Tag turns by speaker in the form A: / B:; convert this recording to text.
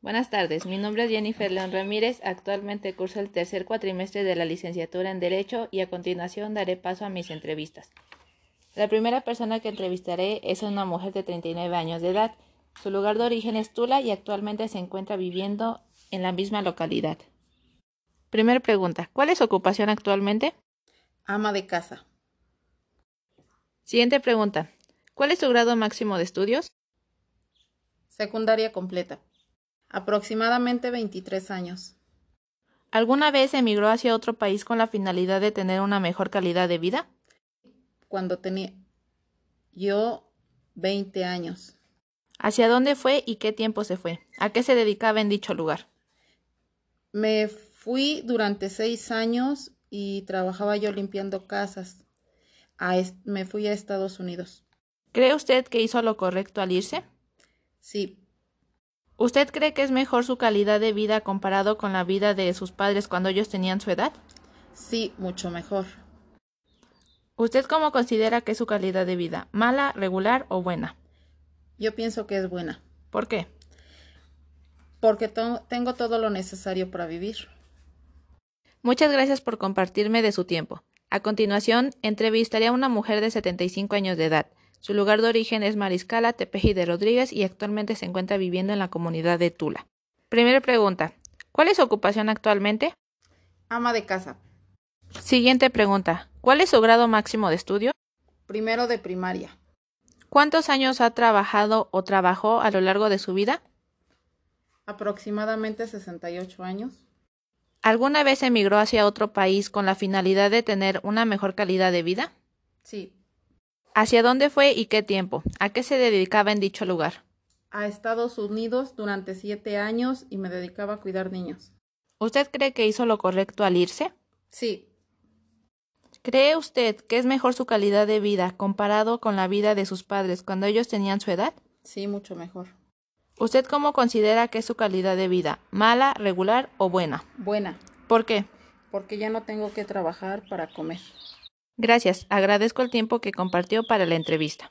A: Buenas tardes, mi nombre es Jennifer León Ramírez, actualmente curso el tercer cuatrimestre de la licenciatura en Derecho y a continuación daré paso a mis entrevistas. La primera persona que entrevistaré es una mujer de 39 años de edad. Su lugar de origen es Tula y actualmente se encuentra viviendo en la misma localidad. Primera pregunta, ¿cuál es su ocupación actualmente?
B: Ama de casa.
A: Siguiente pregunta, ¿cuál es su grado máximo de estudios?
B: Secundaria completa. Aproximadamente 23 años.
A: ¿Alguna vez emigró hacia otro país con la finalidad de tener una mejor calidad de vida?
B: Cuando tenía yo 20 años.
A: ¿Hacia dónde fue y qué tiempo se fue? ¿A qué se dedicaba en dicho lugar?
B: Me fui durante seis años y trabajaba yo limpiando casas. A me fui a Estados Unidos.
A: ¿Cree usted que hizo lo correcto al irse?
B: Sí.
A: ¿Usted cree que es mejor su calidad de vida comparado con la vida de sus padres cuando ellos tenían su edad?
B: Sí, mucho mejor.
A: ¿Usted cómo considera que es su calidad de vida? ¿Mala, regular o buena?
B: Yo pienso que es buena.
A: ¿Por qué?
B: Porque to tengo todo lo necesario para vivir.
A: Muchas gracias por compartirme de su tiempo. A continuación, entrevistaré a una mujer de 75 años de edad. Su lugar de origen es Mariscala Tepeji de Rodríguez y actualmente se encuentra viviendo en la comunidad de Tula. Primera pregunta. ¿Cuál es su ocupación actualmente?
B: Ama de casa.
A: Siguiente pregunta. ¿Cuál es su grado máximo de estudio?
B: Primero de primaria.
A: ¿Cuántos años ha trabajado o trabajó a lo largo de su vida?
B: Aproximadamente 68 años.
A: ¿Alguna vez emigró hacia otro país con la finalidad de tener una mejor calidad de vida?
B: Sí.
A: ¿Hacia dónde fue y qué tiempo? ¿A qué se dedicaba en dicho lugar?
B: A Estados Unidos durante siete años y me dedicaba a cuidar niños.
A: ¿Usted cree que hizo lo correcto al irse?
B: Sí.
A: ¿Cree usted que es mejor su calidad de vida comparado con la vida de sus padres cuando ellos tenían su edad?
B: Sí, mucho mejor.
A: ¿Usted cómo considera que es su calidad de vida? ¿Mala, regular o buena?
B: Buena.
A: ¿Por qué?
B: Porque ya no tengo que trabajar para comer.
A: Gracias, agradezco el tiempo que compartió para la entrevista.